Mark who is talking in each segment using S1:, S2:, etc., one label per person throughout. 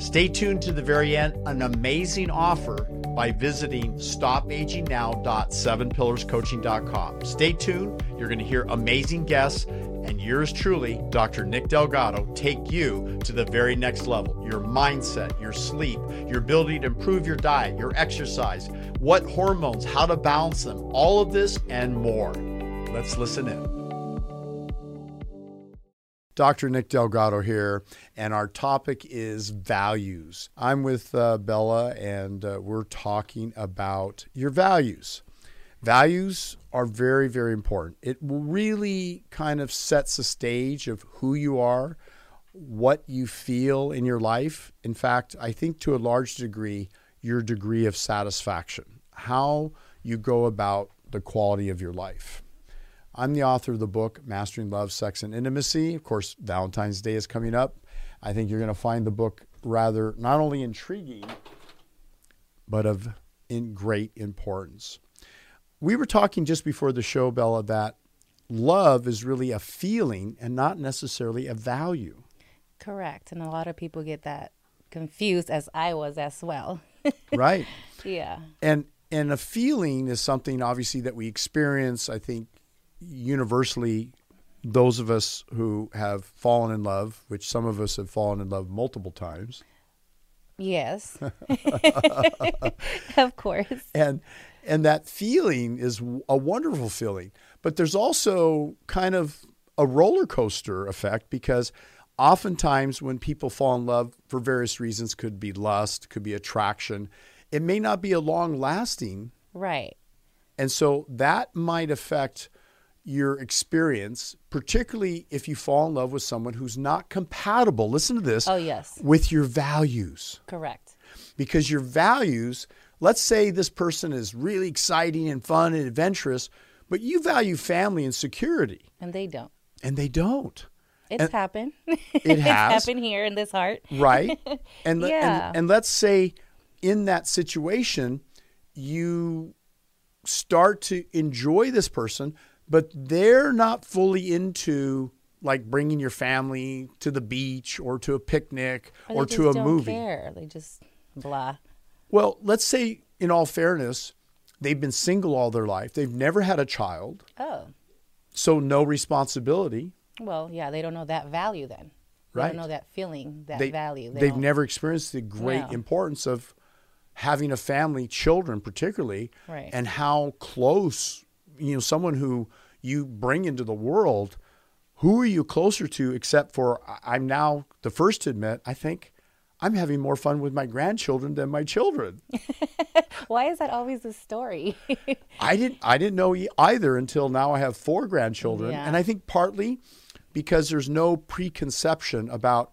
S1: Stay tuned to the very end, an amazing offer by visiting stopagingnow.sevenpillarscoaching.com. Stay tuned. You're going to hear amazing guests and yours truly, Dr. Nick Delgado, take you to the very next level. Your mindset, your sleep, your ability to improve your diet, your exercise, what hormones, how to balance them, all of this and more. Let's listen in. Dr. Nick Delgado here, and our topic is values. I'm with uh, Bella, and uh, we're talking about your values. Values are very, very important. It really kind of sets the stage of who you are, what you feel in your life. In fact, I think to a large degree, your degree of satisfaction, how you go about the quality of your life. I'm the author of the book Mastering Love, Sex, and Intimacy. Of course, Valentine's Day is coming up. I think you're going to find the book rather not only intriguing, but of in great importance. We were talking just before the show, Bella, that love is really a feeling and not necessarily a value.
S2: Correct. And a lot of people get that confused as I was as well.
S1: Right.
S2: yeah.
S1: and and a feeling is something obviously that we experience i think universally those of us who have fallen in love which some of us have fallen in love multiple times
S2: Yes. of course.
S1: and and that feeling is w- a wonderful feeling but there's also kind of a roller coaster effect because oftentimes when people fall in love for various reasons could be lust could be attraction it may not be a long lasting
S2: Right.
S1: And so that might affect your experience, particularly if you fall in love with someone who's not compatible. Listen to this.
S2: Oh, yes.
S1: With your values.
S2: Correct.
S1: Because your values, let's say this person is really exciting and fun and adventurous, but you value family and security,
S2: And they don't.
S1: and they don't.
S2: It's happened.
S1: It
S2: it's
S1: has.
S2: happened here in this heart.
S1: right? And, le-
S2: Yeah.
S1: and and let's say in that situation, you start to enjoy this person, but they're not fully into like bringing your family to the beach or to a picnic
S2: Or,
S1: or
S2: they
S1: to
S2: just
S1: a
S2: don't
S1: movie.
S2: Care. They just blah.
S1: Well, let's say in all fairness, they've been single all their life. They've never had a child,
S2: Oh.
S1: so no responsibility.
S2: Well, yeah, they don't know that value then. They
S1: Right.
S2: don't know that feeling, that
S1: they,
S2: value. They
S1: have
S2: don't-
S1: never experienced the great
S2: No.
S1: importance of having a family, children particularly,
S2: Right.
S1: and how close you know someone who you bring into the world. Who are you closer to? Except for I- I'm now the first to admit I think I'm having more fun with my grandchildren than my children.
S2: Why is that always the story?
S1: I didn't I didn't know e- either until now I have four grandchildren
S2: Yeah.
S1: and I think partly because there's no preconception about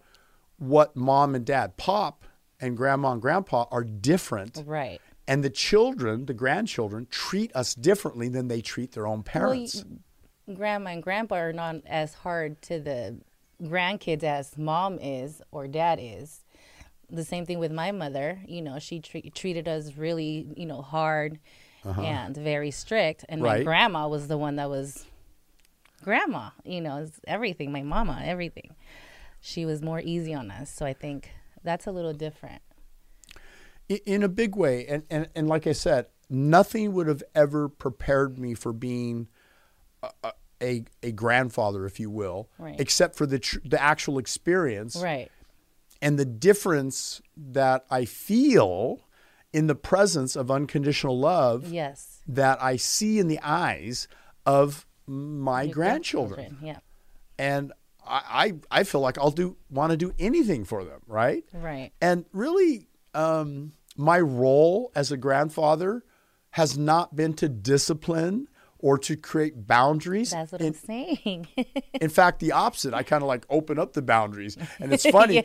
S1: what mom and dad pop and grandma and grandpa are different
S2: right.
S1: and the children the grandchildren treat us differently than they treat their own parents.
S2: grandma and grandpa are not as hard to the grandkids as mom is or dad is. The same thing with my mother. You know, she tre- treated us really, you know, hard and very strict. And
S1: Uh-huh. Right.
S2: my grandma was the one that was grandma. You know, is everything. My mama, everything. She was more easy on us. So I think that's a little different.
S1: I- in a big way. And, and, and like I said, nothing would have ever prepared me for being a, a, a grandfather, if you will,
S2: Right.
S1: except for the, tr- the actual experience.
S2: Right.
S1: and the difference that I feel in the presence of unconditional love
S2: Yes.
S1: that I see in the eyes of my grandchildren.
S2: Yeah.
S1: And I, I, I feel like I'll do want to do anything for them, right?
S2: Right.
S1: And really, um, my role as a grandfather has not been to discipline or to create boundaries.
S2: That's what
S1: in,
S2: I'm saying.
S1: in fact, the opposite. I kind of like open up the boundaries. And it's funny.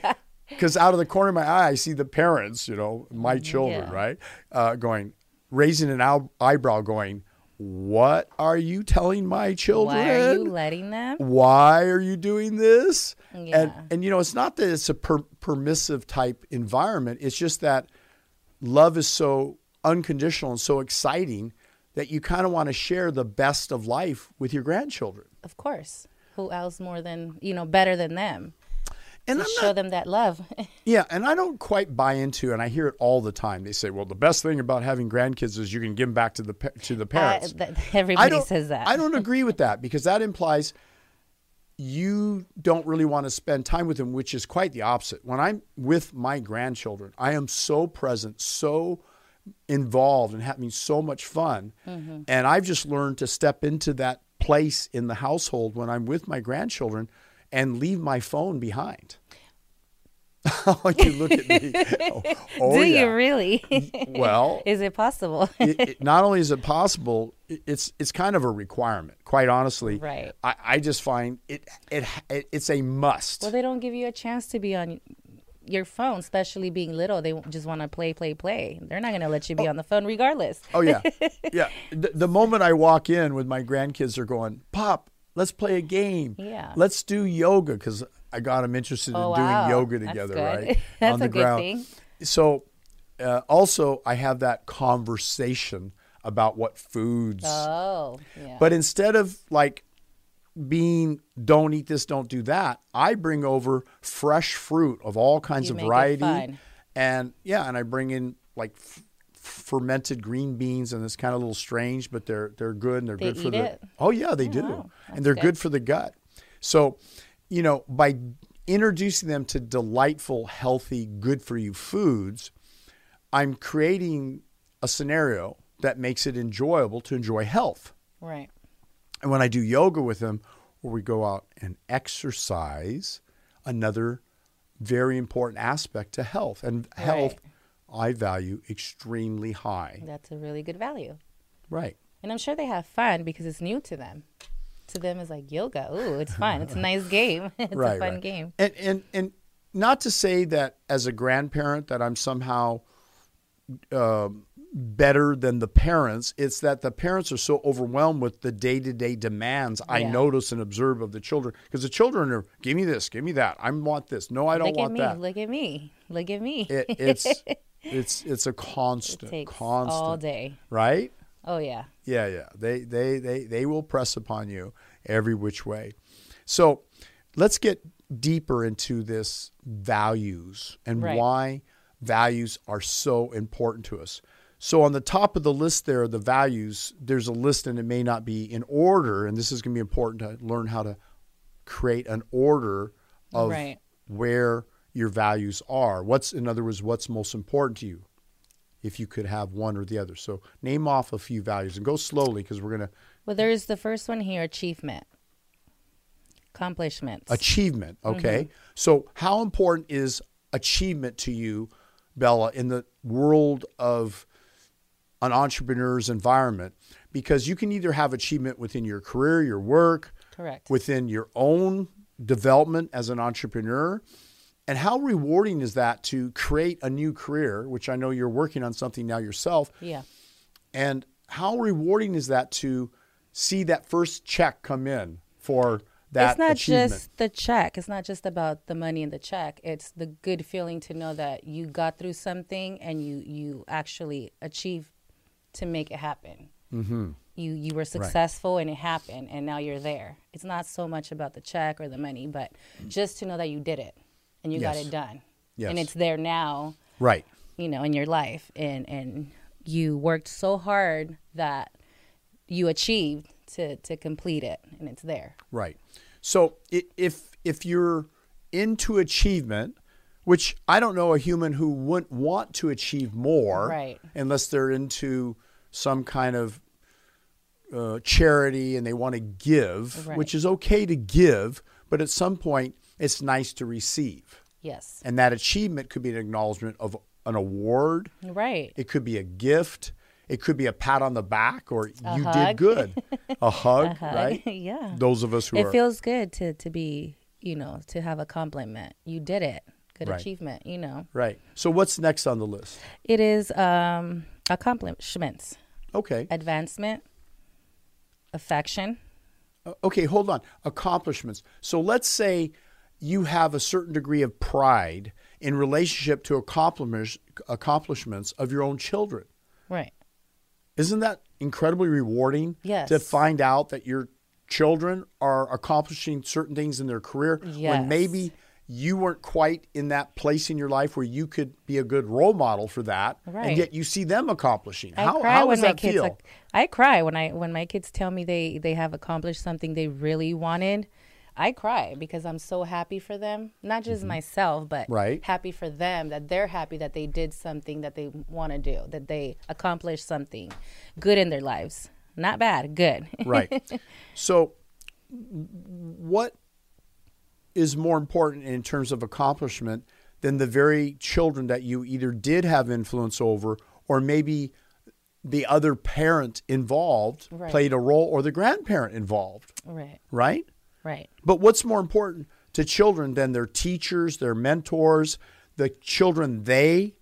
S1: because out of the corner of my eye, I see the parents, you know, my children,
S2: Mm, Yeah.
S1: right, uh, going raising an ow- eyebrow, going, "What are you telling my children?
S2: Why are you letting them?
S1: why are you doing this? And
S2: Yeah.
S1: and you know, it's not that it's a per- permissive type environment. It's just that love is so unconditional and so exciting that you kind of want to share the best of life with your grandchildren.
S2: Of course. Who else more than, you know, better than them?
S1: And
S2: To
S1: I'm
S2: show them that love.
S1: Yeah, and I don't quite buy into, and I hear it all the time. They say, "Well, the best thing about having grandkids is you can give them back to the pa- to the
S2: I,
S1: parents."
S2: Uh, that,
S1: I
S2: everybody
S1: don't,
S2: says that.
S1: I don't agree with that because that implies you don't really want to spend time with them, which is quite the opposite. When I'm with my grandchildren, I am so present, so involved, and having so much fun.
S2: Mm-hmm.
S1: And I've just learned to step into that place in the household when I'm with my grandchildren and leave my phone behind. Oh, you look at me. Oh, oh,
S2: Do
S1: yeah.
S2: you really?
S1: Well,
S2: Is it possible?
S1: it, it- not only is it possible, it- it's it's kind of a requirement. Quite honestly,
S2: Right.
S1: I, I just find it, it it it's a must.
S2: well, they don't give you a chance to be on your phone, especially being little. They just want to play, play, play. They're not going to let you be on the phone regardless.
S1: oh yeah, yeah. The, the moment I walk in with my grandkids, they're going, "Pop, let's play a game.
S2: Yeah.
S1: let's do yoga because I got them interested
S2: Oh,
S1: in doing
S2: wow.
S1: yoga
S2: That's
S1: together,
S2: good.
S1: right?
S2: That's
S1: on the
S2: a good
S1: ground.
S2: thing.
S1: So, uh, also, I have that conversation about what foods.
S2: Oh, yeah.
S1: But instead of like being don't eat this, don't do that, I bring over fresh fruit of all kinds
S2: You
S1: of
S2: make it
S1: variety.
S2: fun.
S1: And yeah, and I bring in like f- fermented green beans and it's kind of a little strange, but they're they're good and they're
S2: They
S1: good for
S2: eat
S1: the
S2: it?
S1: Oh yeah, they do.
S2: wow.
S1: And
S2: That's
S1: they're
S2: good.
S1: good for the gut. So, you know, by introducing them to delightful, healthy, good for you foods, I'm creating a scenario that makes it enjoyable to enjoy health.
S2: right.
S1: And when I do yoga with them, where we go out and exercise, another very important aspect to health. And health, I value extremely high.
S2: That's a really good value.
S1: Right.
S2: And I'm sure they have fun because it's new to them. To them, it's like yoga. Ooh, it's fun. It's a nice game. it's
S1: right.
S2: a fun
S1: right.
S2: game.
S1: And, and, and not to say that as a grandparent that I'm somehow um better than the parents. It's that the parents are so overwhelmed with the day to day demands I
S2: Yeah.
S1: notice and observe of the children because the children are, give me this, give me that. I want this. No, I don't
S2: Look at
S1: want
S2: me.
S1: that.
S2: Look at me. Look at me.
S1: it, it's it's it's a constant
S2: takes
S1: constant
S2: all day.
S1: right
S2: Oh, yeah.
S1: yeah yeah they they they they will press upon you every which way so let's get deeper into this values and
S2: Right.
S1: why values are so important to us so on the top of the list there the values there's a list and it may not be in order and this is going to be important to learn how to create an order of
S2: Right.
S1: where your values are. What's, in other words, what's most important to you if you could have one or the other. So name off a few values and go slowly because we're going to
S2: Well, there is the first one here achievement, accomplishments.
S1: achievement. Okay. So how important is achievement to you, Bella, in the world of an entrepreneur's environment? Because you can either have achievement within your career, your work,
S2: Correct.
S1: within your own development as an entrepreneur. And how rewarding is that to create a new career, which I know you're working on something now yourself.
S2: yeah.
S1: And how rewarding is that to see that first check come in for that
S2: it's not
S1: achievement?
S2: just the check. It's not just about the money and the check. It's the good feeling to know that you got through something and you you actually achieve to make it happen. Mm-hmm. You you were successful and it happened, and now you're there. It's not so much about the check or the money, but just to know that you did it and you got
S1: Yes.
S2: it done,
S1: Yes.
S2: and it's there now.
S1: right.
S2: you know in your life and and you worked so hard that you achieved to to complete it and it's there
S1: Right. So i- if if you're into achievement, which I don't know a human who wouldn't want to achieve more,
S2: Right.
S1: Unless they're into some kind of uh, charity and they want to give,
S2: Right.
S1: which is okay to give, but at some point it's nice to receive,
S2: yes
S1: and that achievement could be an acknowledgement of an award.
S2: right
S1: It could be a gift. It could be a pat on the back or you did
S2: hug.
S1: good. A hug, right?
S2: yeah
S1: Those of us who
S2: it
S1: are
S2: feels good to to be you know to have a compliment you did it good
S1: Right.
S2: achievement, you know.
S1: Right. So what's next on the list?
S2: It is um, accomplishments,
S1: Okay.
S2: advancement, affection.
S1: Uh, Okay, hold on. Accomplishments. So let's say you have a certain degree of pride in relationship to accomplish, accomplishments of your own children.
S2: Right.
S1: Isn't that incredibly rewarding?
S2: Yes.
S1: To find out that your children are accomplishing certain things in their career
S2: Yes.
S1: when maybe you weren't quite in that place in your life where you could be a good role model for that,
S2: Right.
S1: and yet you see them accomplishing.
S2: I
S1: how
S2: cry
S1: how
S2: when
S1: does
S2: my
S1: that
S2: kids
S1: feel?
S2: like, I cry when I when my kids tell me they they have accomplished something they really wanted. I cry because I'm so happy for them, not just myself, but
S1: Mm-hmm. Right.
S2: happy for them that they're happy that they did something that they want to do, that they accomplished something good in their lives. Not bad, good.
S1: right. So, what is more important in terms of accomplishment than the very children that you either did have influence over, or maybe the other parent involved
S2: Right.
S1: played a role, or the grandparent involved,
S2: right.
S1: right?
S2: Right.
S1: But what's more important to children than their teachers, their mentors, the children they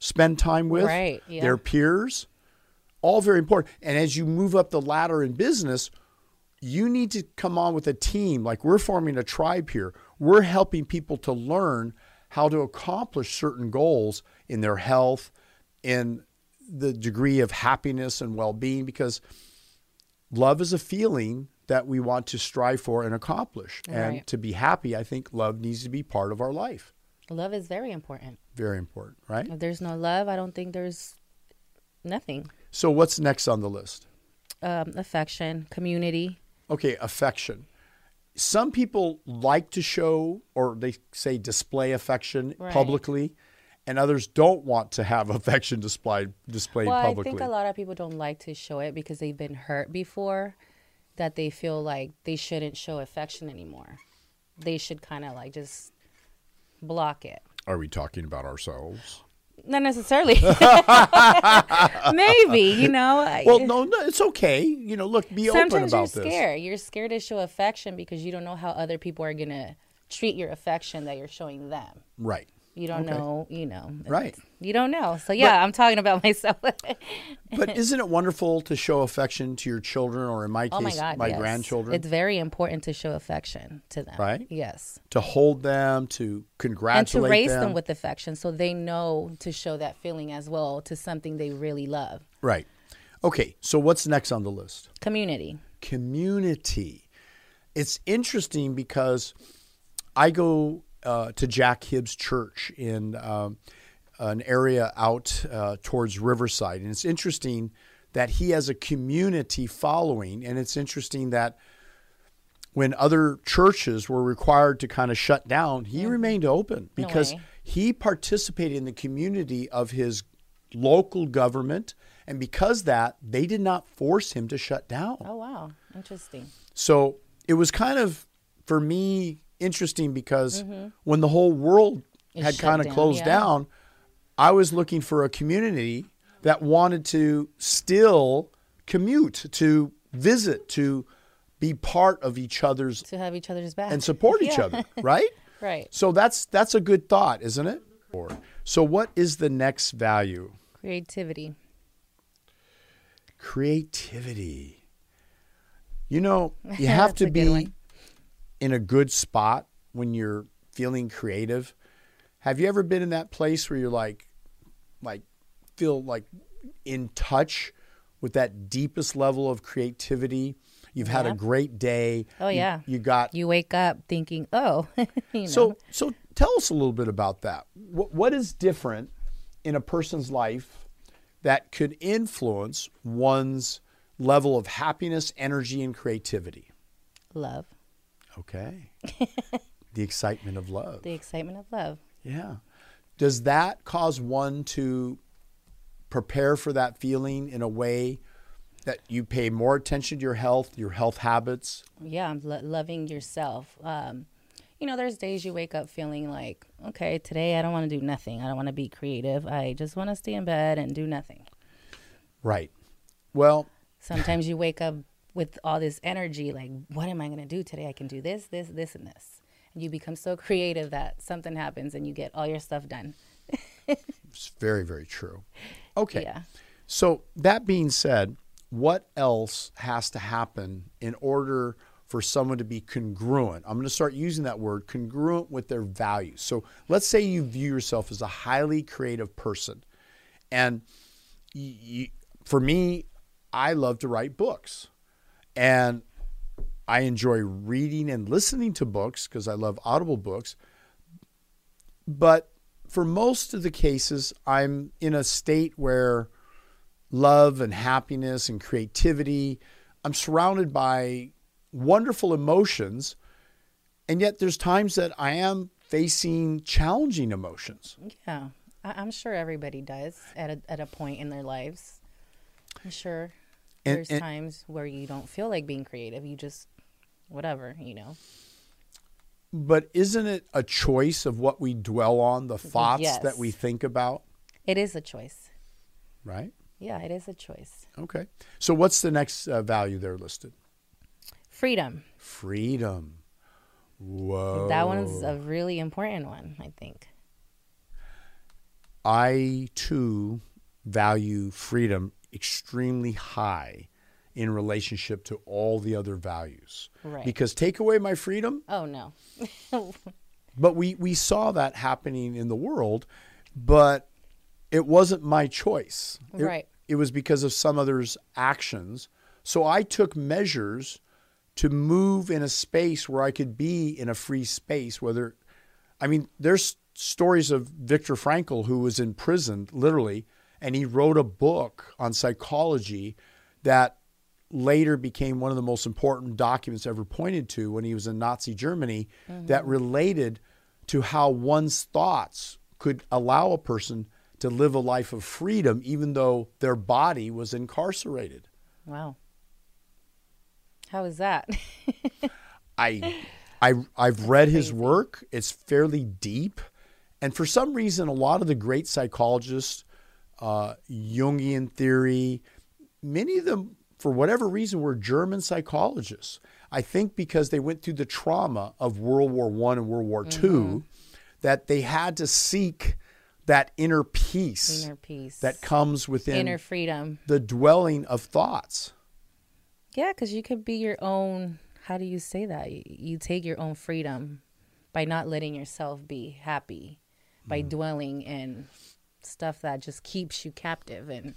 S1: spend time with,
S2: Right, yeah.
S1: their peers? All very important. And as you move up the ladder in business, you need to come on with a team. Like we're forming a tribe here. We're helping people to learn how to accomplish certain goals in their health, in the degree of happiness and well being, because love is a feeling that we want to strive for and accomplish. And
S2: Right.
S1: to be happy, I think love needs to be part of our life.
S2: Love is very important.
S1: Very important, right?
S2: If there's no love, I don't think there's nothing.
S1: So, what's next on the list?
S2: Um, affection, community.
S1: Okay, affection. Some people like to show or they say display affection
S2: Right.
S1: publicly, and others don't want to have affection displayed displayed
S2: well,
S1: publicly.
S2: I think a lot of people don't like to show it because they've been hurt before that they feel like they shouldn't show affection anymore. They should kind of like just block it.
S1: Are we talking about ourselves?
S2: Not necessarily. Maybe, you know. I-
S1: Well, no, no, it's okay. You know, look, be open
S2: Sometimes
S1: about
S2: you're
S1: this.
S2: scared. You're scared to show affection because you don't know how other people are going to treat your affection that you're showing them.
S1: Right.
S2: You don't
S1: Okay.
S2: know, you know.
S1: Right.
S2: You don't know. So, yeah, I'm talking about myself.
S1: But isn't it wonderful to show affection to your children, or in my case,
S2: oh, my God. yes.
S1: grandchildren,
S2: It's very important to show affection to them.
S1: Right?
S2: Yes.
S1: to hold them, to
S2: and to
S1: congratulate
S2: raise them. with affection so they know to show that feeling as well to something they really love
S1: right. Okay, so what's next on the list?
S2: community
S1: Community. It's interesting because I go uh, to Jack Hibbs Church in um, an area out uh, towards Riverside, and it's interesting that he has a community following, and it's interesting that when other churches were required to kind of shut down, he remained open because
S2: way.
S1: he participated in the community of his local government. And because that, they did not force him to shut down.
S2: oh wow interesting
S1: So it was kind of, for me, interesting because when the whole world
S2: Mm-hmm. It
S1: had
S2: shut
S1: kind of
S2: down,
S1: closed
S2: yeah.
S1: down, I was looking for a community that wanted to still commute, to visit, to be part of each other's
S2: to have each other's back
S1: and support each
S2: Yeah.
S1: other, right?
S2: right
S1: So that's that's a good thought, isn't it? Or- So what is the next value?
S2: creativity
S1: Creativity. You know, you have
S2: That's
S1: to
S2: a good
S1: be
S2: one.
S1: in a good spot when you're feeling creative. Have you ever been in that place where you're like like feel like in touch with that deepest level of creativity? You've had a
S2: Yeah.
S1: great day.
S2: Oh,
S1: You-
S2: yeah.
S1: You got
S2: you wake up thinking oh you know
S1: So, so tell us a little bit about that. What, what is different in a person's life that could influence one's level of happiness, energy, and creativity?
S2: love
S1: Okay. the excitement of love.
S2: the excitement of love
S1: Yeah. Does that cause one to prepare for that feeling in a way that you pay more attention to your health, your health habits?
S2: yeah I'm lo- loving yourself um you know there's days you wake up feeling like okay today i don't want to do nothing i don't want to be creative i just want to stay in bed and do nothing
S1: Right. Well,
S2: Sometimes you wake up with all this energy, like, what am I going to do today? I can do this, this, this, and this. you become so creative that something happens and you get all your stuff done.
S1: It's very, very true. Okay.
S2: Yeah.
S1: So, that being said, what else has to happen in order for someone to be congruent? I'm going to start using that word congruent with their values. So, let's say you view yourself as a highly creative person. And y y for me, I love to write books. And I enjoy reading and listening to books because I love audible books. But for most of the cases, I'm in a state where love and happiness and creativity, I'm surrounded by wonderful emotions. And yet there's times that I am facing challenging emotions.
S2: Yeah. I- I'm sure everybody does at a, at a point in their lives. I'm sure
S1: And-
S2: there's
S1: and-
S2: times where you don't feel like being creative. You just, whatever, you know.
S1: But isn't it a choice of what we dwell on, the thoughts
S2: Yes.
S1: that we think about,
S2: It is a choice.
S1: right?
S2: Yeah, it is a choice.
S1: Okay. So what's the next uh, value there listed?
S2: Freedom.
S1: Freedom. Whoa.
S2: That one's
S1: Oh.
S2: a really important one, I think.
S1: I too value freedom extremely high in relationship to all the other values.
S2: Right.
S1: Because take away my freedom,
S2: Oh, no.
S1: but we we saw that happening in the world, but it wasn't my choice. It-
S2: Right.
S1: It was because of some other's actions. So I took measures to move in a space where I could be in a free space whether I mean there's stories of Viktor Frankl who was in prison literally and he wrote a book on psychology that later became one of the most important documents ever pointed to when he was in Nazi Germany that related to how one's thoughts could allow a person to live a life of freedom even though their body was incarcerated.
S2: Wow. How is that?
S1: I, I, I've read his work. It's fairly deep, and for some reason, a lot of the great psychologists, uh, Jungian theory, many of them, for whatever reason, were German psychologists. I think because they went through the trauma of World War One and World War 2
S2: Mm-hmm.
S1: that they had to seek that inner peace
S2: Inner peace.
S1: that comes within
S2: inner freedom.
S1: the dwelling of thoughts.
S2: Yeah, because you could be your own. How do you say that? You- You take your own freedom by not letting yourself be happy,
S1: Mm.
S2: by dwelling in stuff that just keeps you captive. And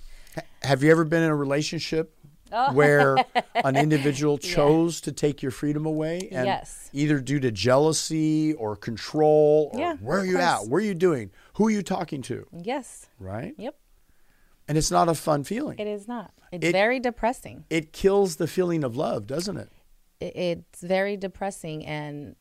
S1: Have you ever been in a relationship
S2: Oh.
S1: where an individual chose to take your freedom away? And
S2: Yes.
S1: Either due to jealousy or control or
S2: Yeah,
S1: where are
S2: of
S1: you at?
S2: course.
S1: Where are you doing? Who are you talking to?
S2: yes,
S1: Right?
S2: yep,
S1: And it's not a fun feeling.
S2: it is not. It's
S1: It-
S2: very depressing.
S1: it kills the feeling of love, doesn't it?
S2: It, it's very depressing, and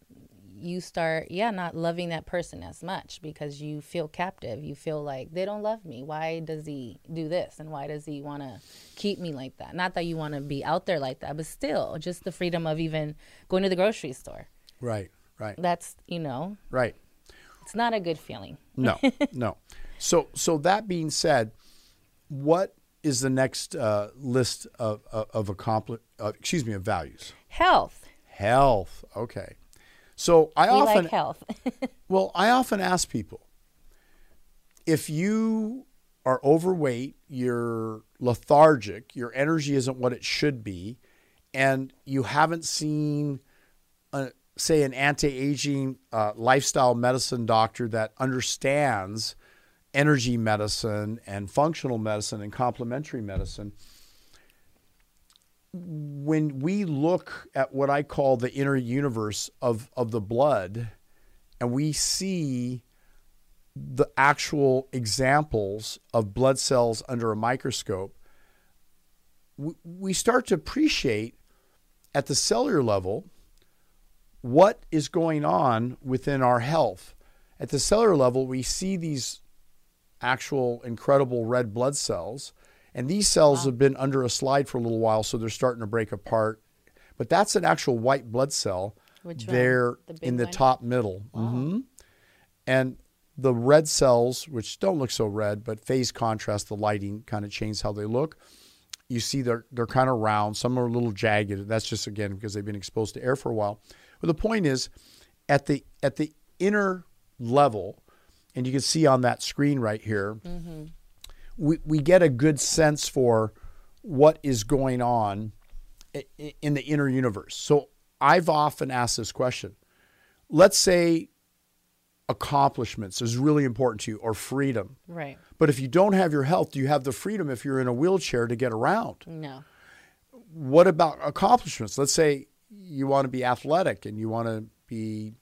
S2: you start, yeah, not loving that person as much because you feel captive. You feel like they don't love me. Why does he do this? And why does he want to keep me like that? Not that you want to be out there like that, but still, just the freedom of even going to the grocery store.
S1: Right, right,
S2: That's, you know,
S1: right.
S2: it's not a good feeling.
S1: No, no. So, so that being said, what is the next uh, list of of, of accompli- uh, excuse me of values?
S2: Health.
S1: Health. Okay. So I
S2: We
S1: often
S2: like health.
S1: Well, I often ask people if you are overweight, you're lethargic, your energy isn't what it should be, and you haven't seen, a, say, an anti aging uh, lifestyle medicine doctor that understands energy medicine and functional medicine and complementary medicine. When we look at what I call the inner universe of, of the blood, and we see the actual examples of blood cells under a microscope, we, we start to appreciate at the cellular level what is going on within our health. At the cellular level, we see these actual incredible red blood cells, and these cells have been under a slide for a little while, so they're starting to break apart. But that's an actual white blood cell.
S2: Which one?
S1: They're
S2: The big
S1: in the
S2: one?
S1: top middle. hmm and the red cells, which don't look so red, but phase contrast, the lighting kind of changes how they look. You see they're they're kind of round. Some are a little jagged. That's just again because they've been exposed to air for a while. But the point is, at the at the inner level, and you can see on that screen right here,
S2: Mm-hmm.
S1: we, we get a good sense for what is going on i- i- in the inner universe. So I've often asked this question. Let's say accomplishments is really important to you or freedom.
S2: Right.
S1: But if you don't have your health, do you have the freedom if you're in a wheelchair to get around?
S2: No.
S1: What about accomplishments? Let's say you want to be athletic and you want to be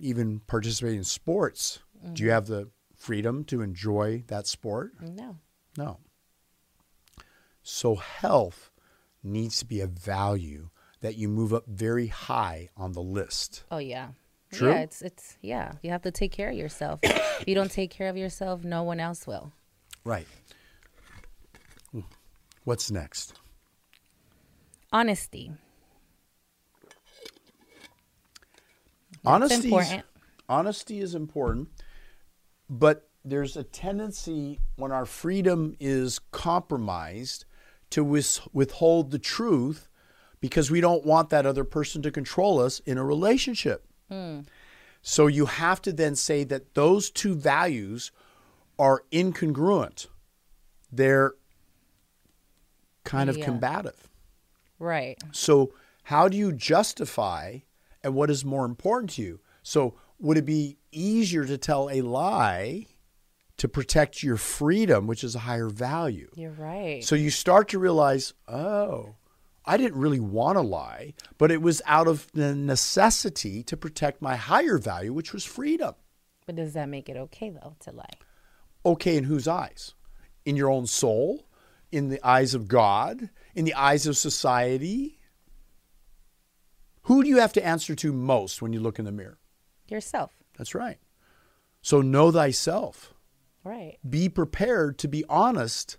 S1: even participating in sports. Do you have the freedom to enjoy that sport?
S2: No.
S1: No. So health needs to be a value that you move up very high on the list.
S2: Oh yeah.
S1: True.
S2: Yeah, it's it's yeah. You have to take care of yourself. if you don't take care of yourself, no one else will.
S1: Right. What's next?
S2: Honesty.
S1: honesty is,
S2: important.
S1: honesty is important but there's a tendency when our freedom is compromised to wis- withhold the truth because we don't want that other person to control us in a relationship
S2: Hmm.
S1: so you have to then say that those two values are incongruent they're kind of
S2: Yeah.
S1: combative
S2: Right.
S1: so, how do you justify and what is more important to you? So, would it be easier to tell a lie to protect your freedom, which is a higher value?
S2: You're right.
S1: So, you start to realize, oh, I didn't really want to lie, but it was out of the necessity to protect my higher value, which was freedom.
S2: but does that make it okay though to lie?
S1: okay in whose eyes? In your own soul? In the eyes of God? In the eyes of society? Who do you have to answer to most when you look in the mirror?
S2: Yourself.
S1: That's right. So know thyself.
S2: Right.
S1: Be prepared to be honest,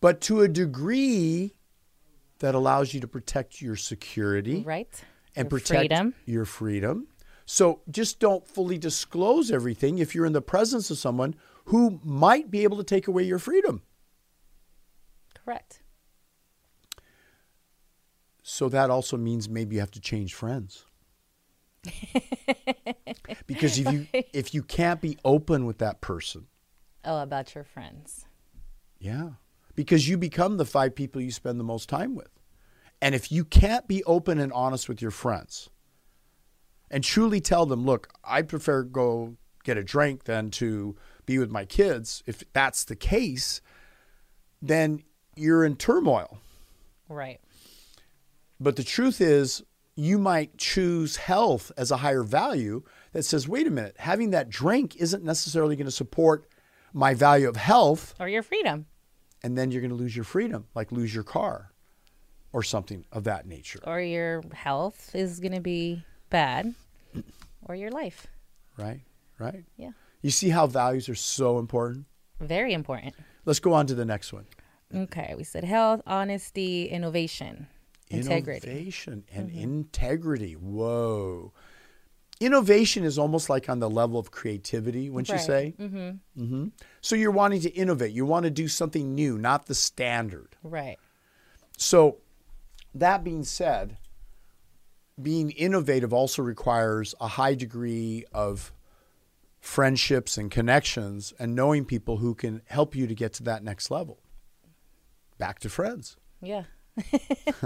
S1: but to a degree that allows you to protect your security
S2: Right.
S1: and
S2: Your
S1: protect
S2: freedom.
S1: your freedom. So just don't fully disclose everything if you're in the presence of someone who might be able to take away your freedom.
S2: Correct.
S1: So that also means maybe you have to change friends. because if you if you can't be open with that person,
S2: Oh, about your friends.
S1: yeah. Because you become the five people you spend the most time with. And if you can't be open and honest with your friends and truly tell them, look, I prefer go get a drink than to be with my kids, if that's the case, then you're in turmoil.
S2: Right.
S1: But the truth is, you might choose health as a higher value that says, wait a minute, having that drink isn't necessarily going to support my value of health.
S2: Or your freedom.
S1: And then you're going to lose your freedom, like lose your car or something of that nature.
S2: Or your health is gonna be bad. Or your life.
S1: Right? Right?
S2: Yeah.
S1: You see how values are so important?
S2: Very important.
S1: Let's go on to the next one
S2: Okay, we said health, honesty, innovation, integrity. Mm-hmm.
S1: innovation and integrity. Whoa. Innovation is almost like on the level of creativity, wouldn't you
S2: Right.
S1: say? Mm-hmm. So you're wanting to innovate. You want to do something new, not the standard.
S2: Right.
S1: So that being said, being innovative also requires a high degree of friendships and connections and knowing people who can help you to get to that next level. Back to friends
S2: Yeah.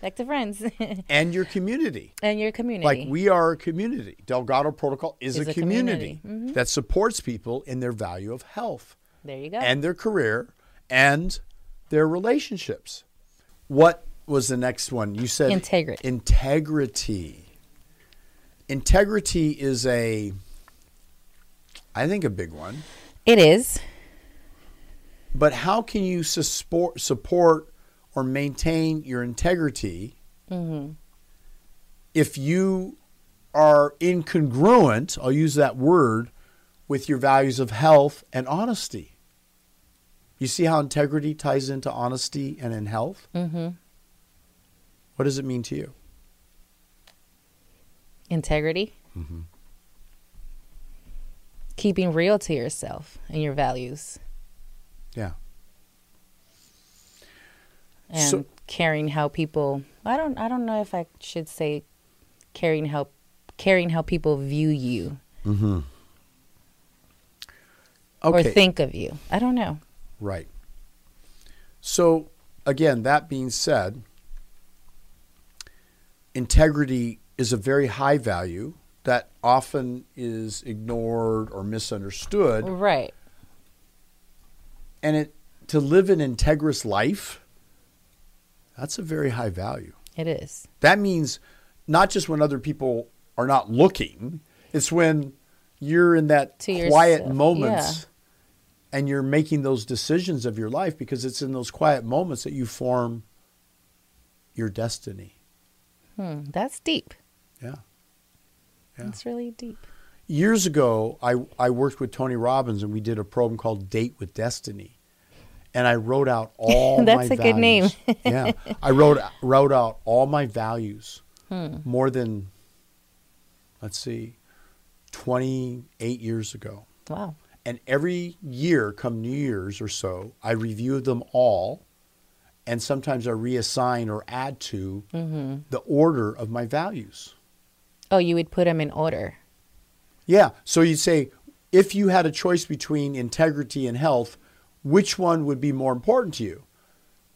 S2: Back to friends
S1: and your community.
S2: and your community.
S1: Like we are a community. Delgado Protocol is, a, community, Mm-hmm. that supports people in their value of health
S2: there you go.
S1: and their career and their relationships. What was the next one? You said
S2: Integrity.
S1: Integrity. Integrity is a I think a big one.
S2: it is.
S1: But how can you support support or maintain your integrity if you are incongruent? I'll use that word with your values of health and honesty. You see how integrity ties into honesty and in health. Mm-hmm. What does it mean to you?
S2: Integrity.
S1: Mm-hmm.
S2: Keeping real to yourself and your values
S1: Yeah.
S2: and
S1: So-
S2: caring how people I don't I don't know if I should say caring how caring how people view you or
S1: Okay.
S2: think of you. I don't know.
S1: Right. So, again, that being said, integrity is a very high value that often is ignored or misunderstood.
S2: Right.
S1: And it, to live an integrous life, that's a very high value.
S2: It is.
S1: That means not just when other people are not looking, it's when you're in that
S2: To
S1: quiet
S2: yourself,
S1: moments and you're making those decisions of your life because it's in those quiet moments that you form your destiny.
S2: Hmm. That's deep.
S1: Yeah. Yeah.
S2: That's really deep.
S1: Years ago, I, I worked with Tony Robbins and we did a program called Date with Destiny. And I wrote out all
S2: That's
S1: my
S2: a good name.
S1: values. yeah. I wrote wrote out all my values.
S2: Hmm.
S1: More than let's see 28 years ago.
S2: Wow.
S1: And every year, come New Year's or so, I review them all. And sometimes I reassign or add to
S2: Mm-hmm.
S1: the order of my values.
S2: Oh, you would put them in order.
S1: Yeah. So you'd say, if you had a choice between integrity and health, which one would be more important to you?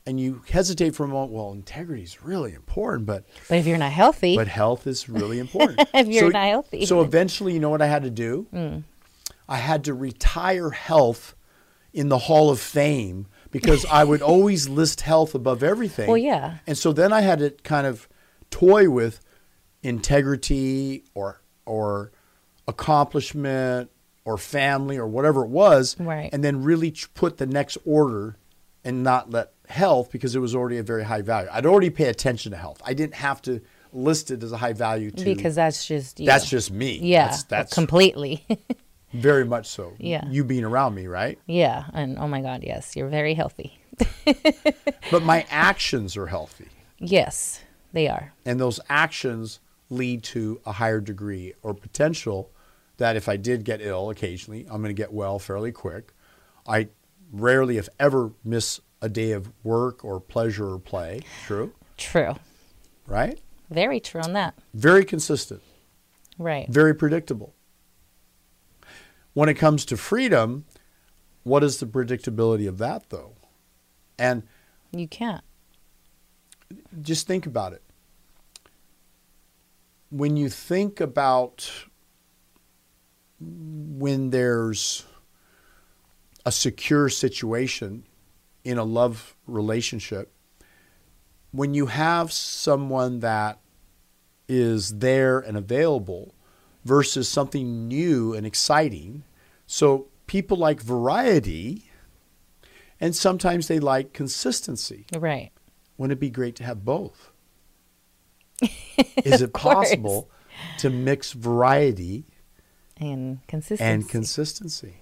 S1: And you hesitate for a moment. Well, integrity is really important, but
S2: But if you're not healthy,
S1: but health is really important.
S2: If you're not healthy. Mm.
S1: So eventually, you know what I had to do? I had to retire health in the Hall of Fame because I would always list health above everything.
S2: Well, yeah.
S1: And so then I had to kind of toy with integrity or or accomplishment or family or whatever it was
S2: Right.
S1: and then really ch- put the next order and not let health because it was already a very high value. I'd already pay attention to health. I didn't have to list it as a high value to
S2: because that's just you.
S1: that's just me.
S2: yeah,
S1: That's, that's
S2: completely.
S1: very much so.
S2: Yeah.
S1: You being around me, right?
S2: yeah, and oh my God, yes, you're very healthy.
S1: But my actions are healthy.
S2: Yes, they are.
S1: And those actions lead to a higher degree or potential that if I did get ill occasionally, I'm going to get well fairly quick. I rarely, if ever, miss a day of work or pleasure or play. True.
S2: True.
S1: Right?
S2: Very true on that.
S1: Very consistent.
S2: Right.
S1: very predictable. When it comes to freedom, what is the predictability of that though? And
S2: You can't.
S1: just think about it. When you think about when there's a secure situation in a love relationship, when you have someone that is there and available versus something new and exciting. So people like variety and sometimes they like consistency
S2: Right.
S1: wouldn't it be great to have both? Is it
S2: course.
S1: possible to mix variety
S2: And consistency.
S1: and consistency?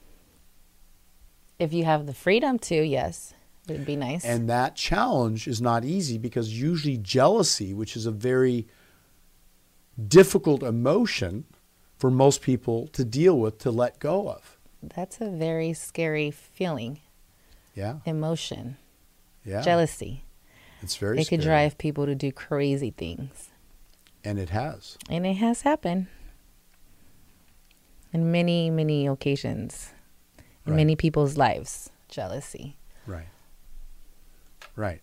S2: if you have the freedom to, yes, it would be nice.
S1: And that challenge is not easy because usually jealousy, which is a very difficult emotion for most people to deal with, to let go of.
S2: that's a very scary feeling,
S1: Yeah.
S2: emotion,
S1: Yeah.
S2: jealousy.
S1: It's very
S2: It could
S1: scary.
S2: drive people to do crazy things.
S1: And it has.
S2: And it has happened in many, many occasions, in
S1: Right.
S2: many people's lives, jealousy.
S1: Right. Right.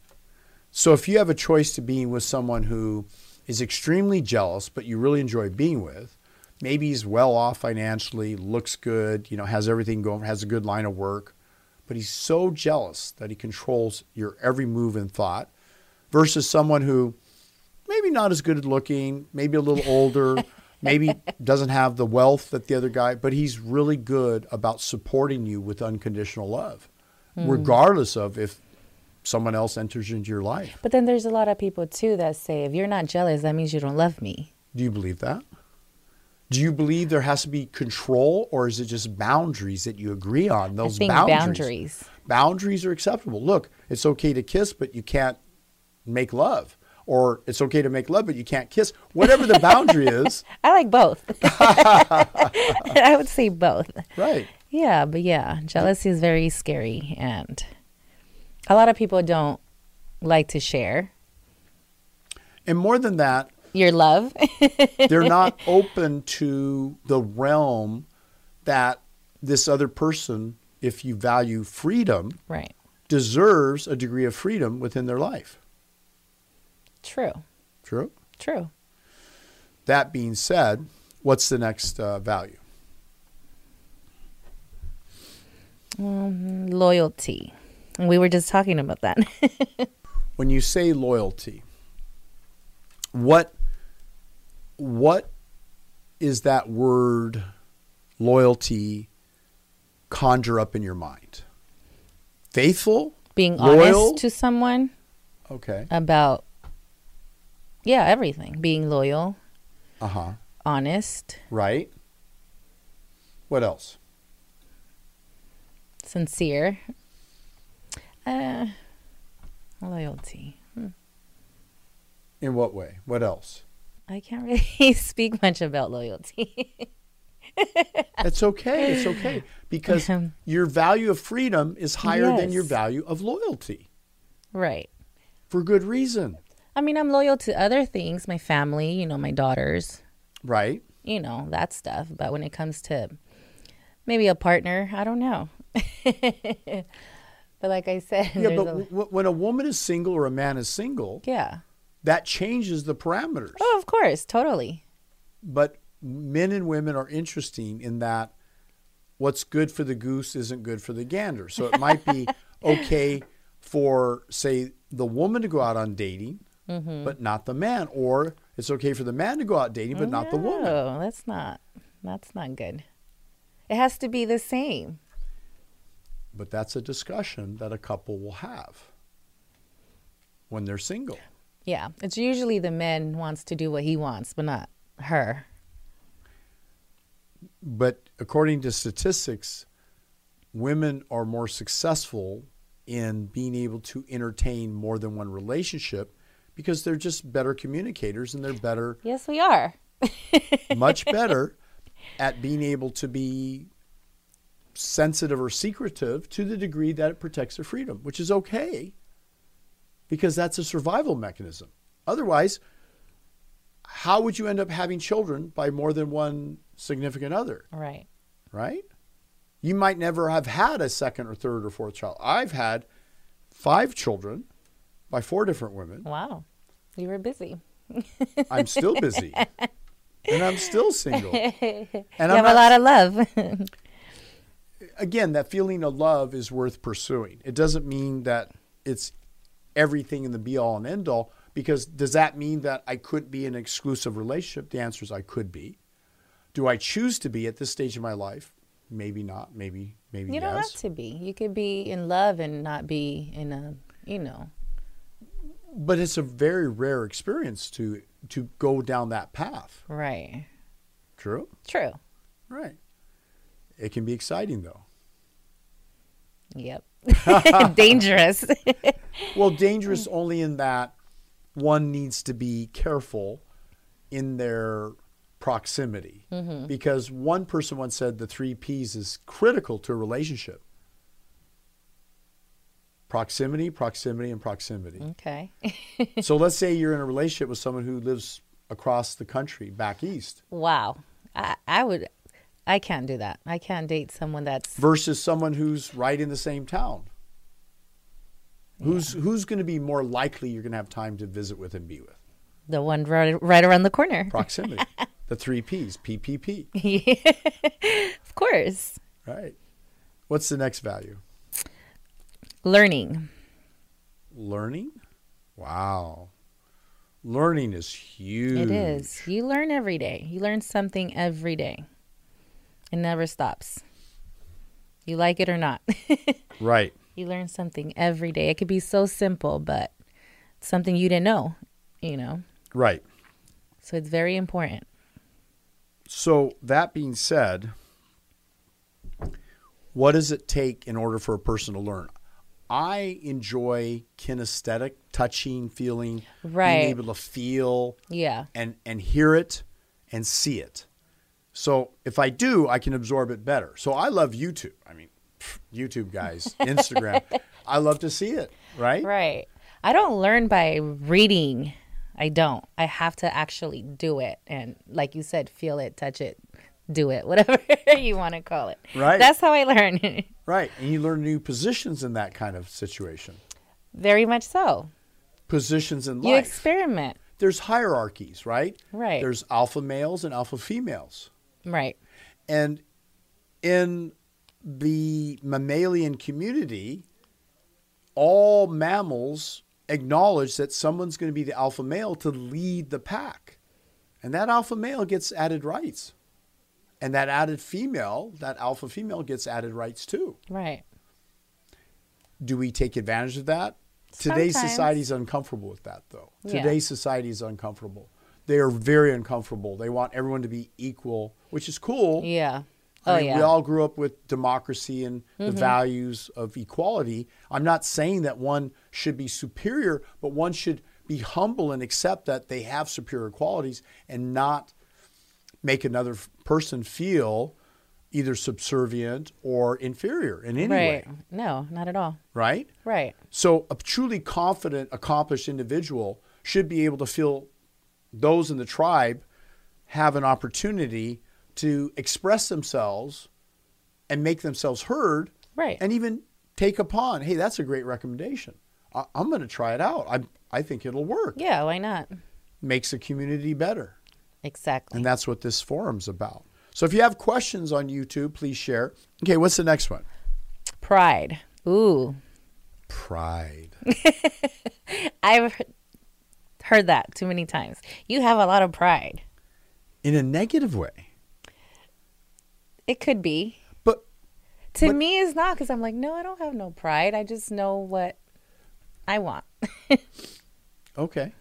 S1: So if you have a choice to being with someone who is extremely jealous, but you really enjoy being with, maybe he's well off financially, looks good, you know, has everything going, has a good line of work, but he's so jealous that he controls your every move and thought versus someone who maybe not as good looking, maybe a little older, maybe doesn't have the wealth that the other guy, but he's really good about supporting you with unconditional love,
S2: Hmm.
S1: regardless of if someone else enters into your life.
S2: But then there's a lot of people too that say, if you're not jealous, that means you don't love me.
S1: Do you believe that? Do you believe there has to be control or is it just boundaries that you agree on? Those
S2: I think boundaries.
S1: boundaries are acceptable. Look, it's okay to kiss, but you can't make love. Or it's okay to make love, but you can't kiss. Whatever the boundary is,
S2: I like both. I would say both.
S1: right.
S2: Yeah, but yeah, jealousy is very scary, and a lot of people don't like to share.
S1: And more than that,
S2: your love.
S1: They're not open to the realm that this other person, if you value freedom,
S2: right.
S1: deserves a degree of freedom within their life.
S2: True.
S1: True?
S2: True.
S1: That being said, what's the next uh, value?
S2: Um, loyalty. And we were just talking about that.
S1: When you say loyalty, what what is that word loyalty conjure up in your mind? Faithful?
S2: Being
S1: Loyal?
S2: honest to someone
S1: Okay.
S2: about yeah, everything. Being loyal,
S1: Uh-huh.
S2: honest,
S1: Right? What else?
S2: sincere. Uh loyalty.
S1: In what way? What else?
S2: I can't really speak much about loyalty.
S1: It's okay. It's okay. Because
S2: Um,
S1: your value of freedom is higher than your
S2: Yes.
S1: value of loyalty
S2: right.
S1: for good reason.
S2: I mean, I'm loyal to other things, my family, you know, my daughters,
S1: Right?
S2: you know, that stuff. But when it comes to maybe a partner, I don't know. but like I said,
S1: Yeah,
S2: there's
S1: but
S2: a-
S1: w- w- when a woman is single or a man is single,
S2: yeah.
S1: that changes the parameters.
S2: Oh, of course, totally.
S1: But men and women are interesting in that what's good for the goose isn't good for the gander. So it might be okay for, say, the woman to go out on dating, but not the man, or it's okay for the man to go out dating, but
S2: Oh,
S1: not the woman.
S2: No, that's not. That's not good. It has to be the same.
S1: But that's a discussion that a couple will have when they're single.
S2: Yeah, it's usually the man wants to do what he wants, but not her.
S1: But according to statistics, women are more successful in being able to entertain more than one relationship because they're just better communicators and they're better,
S2: Yes, we are.
S1: much better at being able to be sensitive or secretive to the degree that it protects their freedom, which is okay because that's a survival mechanism. Otherwise, how would you end up having children by more than one significant other?
S2: Right.
S1: right? You might never have had a second or third or fourth child. I've had five children by four different women.
S2: Wow. You were busy.
S1: I'm still busy. and I'm still single. And
S2: you
S1: I'm
S2: have a
S1: not,
S2: lot of love.
S1: again, that feeling of love is worth pursuing. It doesn't mean that it's everything in the be all and end all, because does that mean that I could be in an exclusive relationship? The answer is I could be. Do I choose to be at this stage of my life? Maybe not. Maybe, maybe
S2: You
S1: yes.
S2: don't have to be. You could be in love and not be in a, you know.
S1: but it's a very rare experience to to go down that path.
S2: Right.
S1: True.
S2: True.
S1: Right. It can be exciting though.
S2: Yep. Dangerous.
S1: Well, dangerous only in that one needs to be careful in their proximity because one person once said the three P's is critical to a relationship. Proximity, proximity, and proximity.
S2: okay.
S1: So let's say you're in a relationship with someone who lives across the country, back east.
S2: Wow. I, I would, I can't do that. I can't date someone that's,
S1: versus someone who's right in the same town. Who's who's going to be more likely you're going to have time to visit with and be with?
S2: the one right, right around the corner.
S1: Proximity. the 3 Ps, PPP,
S2: Of course.
S1: right? What's the next value?
S2: Learning.
S1: Learning? Wow. Learning is huge.
S2: It is. You learn every day. You learn something every day. It never stops. You like it or not.
S1: Right.
S2: You learn something every day. It could be so simple, but something you didn't know, you know?
S1: Right.
S2: So it's very important.
S1: So, that being said, what does it take in order for a person to learn? I enjoy kinesthetic, touching, feeling,
S2: Right.
S1: being able to feel
S2: Yeah.
S1: and and hear it and see it. So if I do, I can absorb it better. So I love YouTube. I mean, pff, YouTube guys, Instagram. I love to see it, right?
S2: Right. I don't learn by reading I don't. I have to actually do it. And like you said, feel it, touch it, do it, whatever you want to call it.
S1: Right.
S2: That's how I learn.
S1: Right. And you learn new positions in that kind of situation.
S2: Very much so.
S1: Positions in
S2: You
S1: life.
S2: experiment.
S1: There's hierarchies, right?
S2: Right.
S1: There's alpha males and alpha females.
S2: Right.
S1: And in the mammalian community, all mammals acknowledge that someone's going to be the alpha male to lead the pack. And that alpha male gets added rights. And that added female, that alpha female gets added rights too.
S2: Right.
S1: Do we take advantage of that? Today's
S2: Sometimes.
S1: society's uncomfortable with that, though.
S2: Yeah.
S1: Today's society is uncomfortable. They are very uncomfortable. They want everyone to be equal, which is cool.
S2: Yeah.
S1: I
S2: Oh,
S1: mean,
S2: yeah. Mm-hmm.
S1: We all grew up with democracy and the values of equality. I'm not saying that one should be superior, but one should be humble and accept that they have superior qualities and not make another f- person feel either subservient or inferior in any way,
S2: Right. No, not at all.
S1: right?
S2: Right.
S1: So a truly confident, accomplished individual should be able to feel those in the tribe have an opportunity to express themselves and make themselves heard
S2: Right.
S1: and even take upon, hey, that's a great recommendation. I- I'm going to try it out. I, I think it'll work.
S2: Yeah, why not?
S1: Makes the community better.
S2: Exactly.
S1: And that's what this forum's about. So if you have questions on YouTube, please share. Okay, what's the next one?
S2: Pride. Ooh.
S1: Pride.
S2: I've he- heard that too many times. You have a lot of pride.
S1: In a negative way.
S2: It could be.
S1: But
S2: To
S1: But-
S2: me, it's not because I'm like, no, I don't have no pride. I just know what I want.
S1: Okay.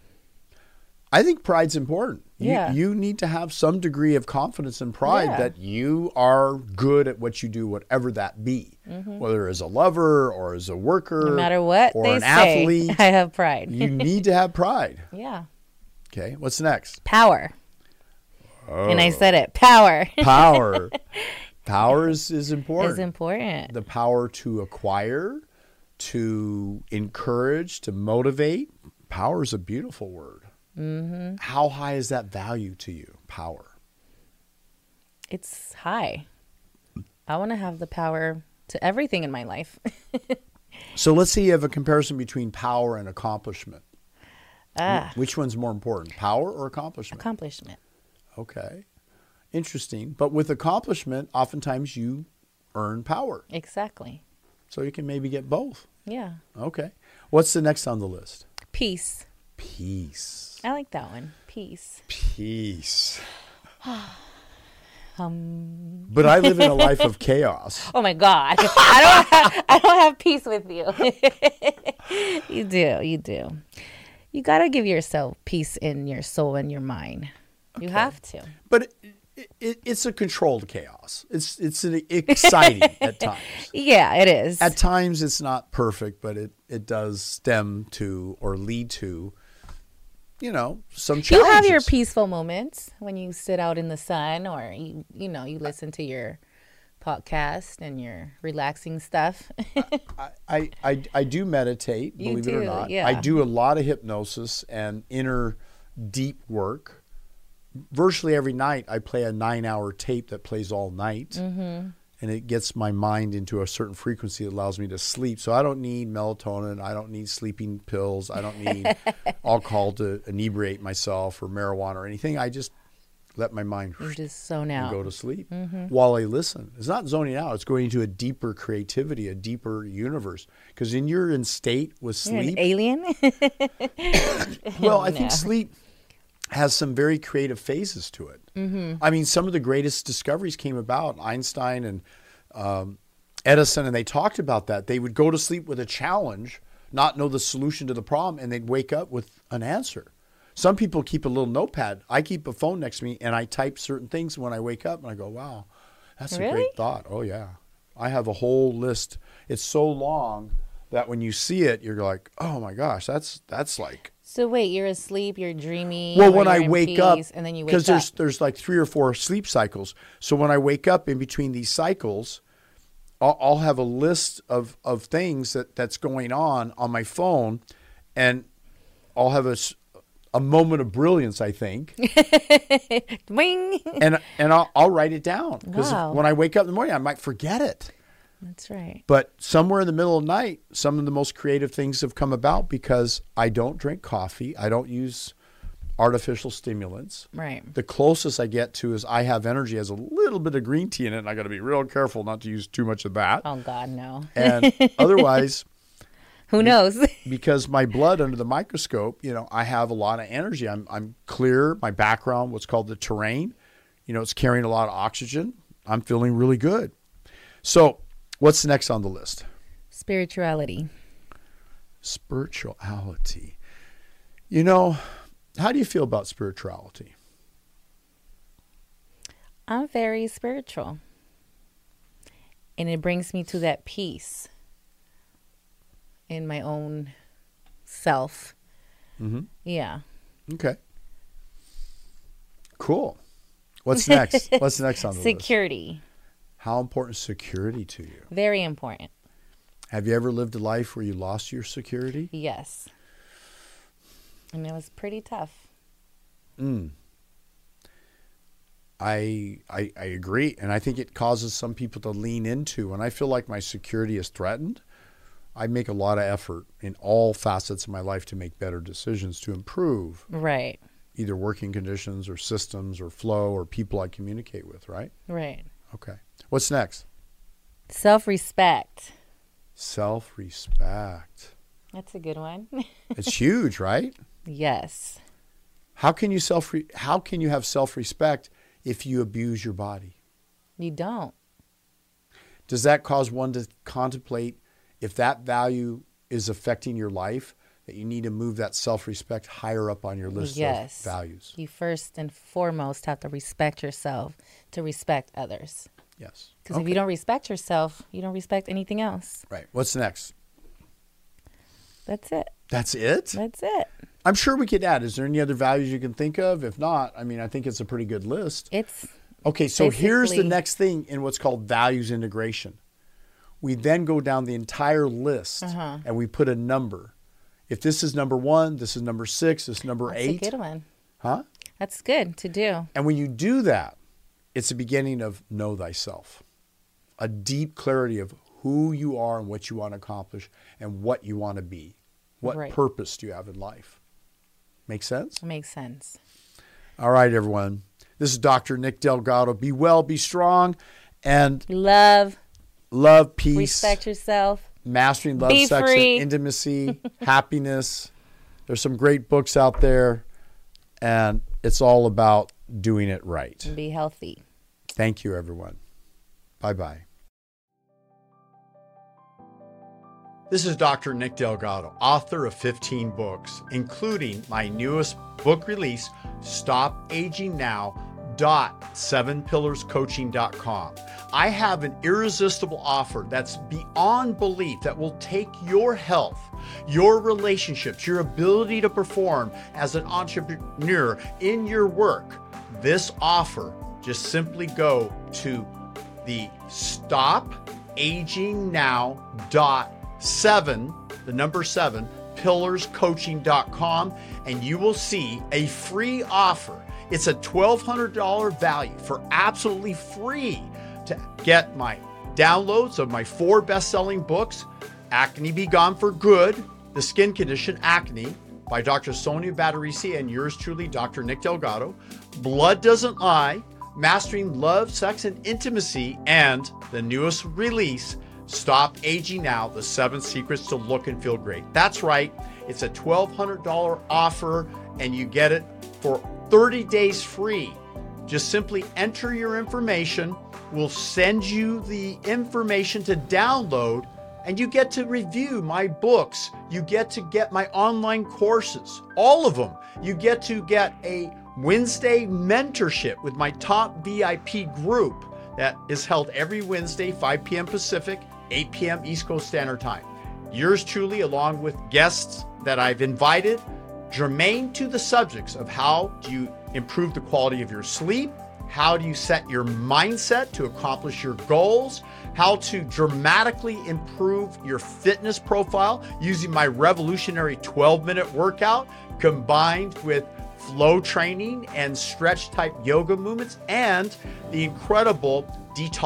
S1: I think pride's important. You,
S2: Yeah.
S1: you need to have some degree of confidence and pride
S2: Yeah.
S1: that you are good at what you do, whatever that be, whether as a lover or as a worker,
S2: Mm-hmm. No matter what
S1: or
S2: they
S1: an
S2: say,
S1: athlete.
S2: I have pride.
S1: you need to have pride.
S2: yeah.
S1: Okay. What's next?
S2: Power. And
S1: Oh.
S2: I said it. Power
S1: Power. power is, is important.
S2: is important.
S1: the power to acquire, to encourage, to motivate. Power is a beautiful word. Mm-hmm. How high is that value to you? Power.
S2: It's high. I want to have the power to everything in my life.
S1: So let's say you have a comparison between power and accomplishment.
S2: ah,
S1: Which one's more important, power or accomplishment?
S2: accomplishment.
S1: okay. Interesting. But with accomplishment, oftentimes you earn power.
S2: Exactly.
S1: So you can maybe get both.
S2: Yeah.
S1: Okay. What's the next on the list?
S2: Peace.
S1: Peace.
S2: I like that one. Peace.
S1: Peace.
S2: Um.
S1: But I live in a life of chaos.
S2: Oh my God. I don't. Have, I don't have peace with you. you do. You do. You gotta give yourself peace in your soul and your mind. You have to.
S1: But it, it, it's a controlled chaos. It's it's an exciting at times.
S2: Yeah, it is.
S1: At times it's not perfect, but it, it does stem to or lead to, you know, some
S2: you
S1: challenges.
S2: have your peaceful moments when you sit out in the sun or you, you know you listen to your podcast and your relaxing stuff
S1: I, I, I, I do meditate,
S2: You
S1: believe it or
S2: do,
S1: not. I
S2: yeah.
S1: do a lot of hypnosis and inner deep work. Virtually every night, I play a nine hour tape that plays all night.
S2: Mm-hmm.
S1: And it gets my mind into a certain frequency that allows me to sleep. So I don't need melatonin. I don't need sleeping pills. I don't need alcohol to inebriate myself or marijuana or anything. I just let my mind
S2: you just zone
S1: and
S2: out
S1: go to sleep while I listen. It's not zoning out, it's going into a deeper creativity, a deeper universe. Because then you're in state with
S2: you're an
S1: sleep.
S2: alien
S1: well, I think
S2: No.
S1: sleep has some very creative phases to it. I mean, some of the greatest discoveries came about Einstein and um, Edison, and they talked about that. They would go to sleep with a challenge, not know the solution to the problem, and they'd wake up with an answer. Some people keep a little notepad. I keep a phone next to me, and I type certain things when I wake up, and I go, "Wow, that's a
S2: Really?
S1: great thought." Oh yeah, I have a whole list. It's so long that when you see it, you're like, "Oh my gosh, that's that's like
S2: so wait you're asleep you're dreamy
S1: well,
S2: or
S1: when I
S2: you're in
S1: wake up,
S2: peace, and then you wake
S1: because there's
S2: up
S1: there's like three or four sleep cycles. So when I wake up in between these cycles, I'll, I'll have a list of of things that that's going on on my phone, and I'll have a s- a moment of brilliance, I think.
S2: Wing.
S1: and and I'll, I'll write it down because
S2: Wow.
S1: when I wake up in the morning, I might forget it.
S2: That's right.
S1: But somewhere in the middle of the night, some of the most creative things have come about because I don't drink coffee. I don't use artificial stimulants.
S2: Right.
S1: The closest I get to is I have energy has a little bit of green tea in it, and I got to be real careful not to use too much of that.
S2: Oh God, no.
S1: And otherwise,
S2: Who knows?
S1: because my blood under the microscope, you know, I have a lot of energy. I'm I'm clear. My background, what's called the terrain, you know, it's carrying a lot of oxygen. I'm feeling really good. So, what's next on the list?
S2: Spirituality.
S1: Spirituality. You know, how do you feel about spirituality?
S2: I'm very spiritual. And it brings me to that peace in my own self.
S1: Mhm.
S2: Yeah.
S1: Okay. Cool. What's next? what's next on the list?
S2: Security.
S1: How important is security to you?
S2: Very important.
S1: Have you ever lived a life where you lost your security?
S2: Yes. And it was pretty tough.
S1: Mm. I, I I agree, and I think it causes some people to lean into. When I feel like my security is threatened, I make a lot of effort in all facets of my life to make better decisions to improve
S2: Right.
S1: either working conditions or systems or flow or people I communicate with. Right?
S2: Right.
S1: Okay. What's next?
S2: Self respect.
S1: Self respect.
S2: That's a good one.
S1: It's huge, right?
S2: yes.
S1: How can you self re- How can you have self respect if you abuse your body?
S2: You don't.
S1: does that cause one to contemplate if that value is affecting your life that you need to move that self-respect higher up on your list
S2: yes.
S1: of values
S2: You first and foremost have to respect yourself to respect others.
S1: yes
S2: Because if you don't respect yourself, you don't respect anything else.
S1: right what's next
S2: That's it.
S1: that's it
S2: That's it.
S1: i'm sure we could add is there any other values you can think of if not i mean i think it's a pretty good list
S2: It's
S1: Okay, so here's the
S2: Basically-
S1: next thing in what's called values integration. We then go down the entire list
S2: Uh-huh.
S1: and we put a number. If this is number one, this is number six, this is number
S2: that's
S1: eight.
S2: a good one.
S1: Huh?
S2: That's good to do.
S1: And when you do that, it's the beginning of know thyself, a deep clarity of who you are and what you want to accomplish and what you want to be. What
S2: Right.
S1: purpose do you have in life? Make sense?
S2: It makes sense.
S1: All right, everyone. This is Dr. Nick Delgado. Be well, be strong, and
S2: Love,
S1: love, peace,
S2: respect yourself.
S1: mastering love,
S2: Be
S1: sex,
S2: free.
S1: and intimacy, happiness. There's some great books out there, and it's all about doing it right.
S2: and Be healthy.
S1: Thank you, everyone. Bye bye. This is Dr. Nick Delgado, author of 15 books, including my newest book release, Stop Aging Now. Dot sevenpillarscoaching.com. I have an irresistible offer that's beyond belief that will take your health, your relationships, your ability to perform as an entrepreneur in your work. This offer, just simply go to the stopagingnow.7, the number seven, pillarscoaching.com, and you will see a free offer. It's a $1,200 value for absolutely free to get my downloads of my four best selling books Acne Be Gone for Good, The Skin Condition Acne by Dr. Sonia Batterisi and yours truly, Dr. Nick Delgado, Blood Doesn't Lie, Mastering Love, Sex, and Intimacy, and the newest release, Stop Aging Now The Seven Secrets to Look and Feel Great. That's right, it's a $1,200 offer, and you get it for 30 days free. Just simply enter your information, we'll send you the information to download, and you get to review my books. You get to get my online courses, all of them. You get to get a Wednesday mentorship with my top VIP group that is held every Wednesday, 5 p.m. Pacific, 8 p.m. East Coast Standard Time. Yours truly, along with guests that I've invited, germane to the subjects of how do you improve the quality of your sleep, how do you set your mindset to accomplish your goals, how to dramatically improve your fitness profile using my revolutionary 12 minute workout, combined with flow training and stretch type yoga movements and the incredible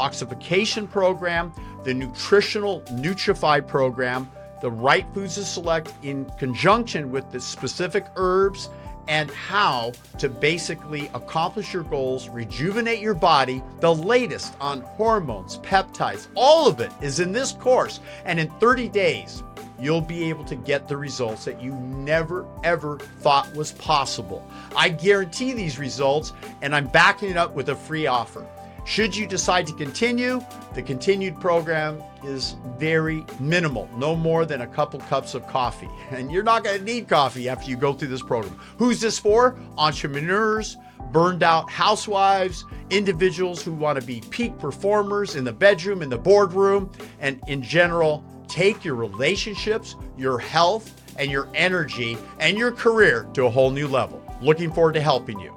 S1: detoxification program, the nutritional Nutrify program, the right foods to select in conjunction with the specific herbs and how to basically accomplish your goals, rejuvenate your body. The latest on hormones, peptides, all of it is in this course. And in 30 days, you'll be able to get the results that you never ever thought was possible. I guarantee these results, and I'm backing it up with a free offer. Should you decide to continue, the continued program is very minimal, no more than a couple cups of coffee. And you're not going to need coffee after you go through this program. Who's this for? Entrepreneurs, burned out housewives, individuals who want to be peak performers in the bedroom, in the boardroom, and in general, take your relationships, your health, and your energy and your career to a whole new level. Looking forward to helping you.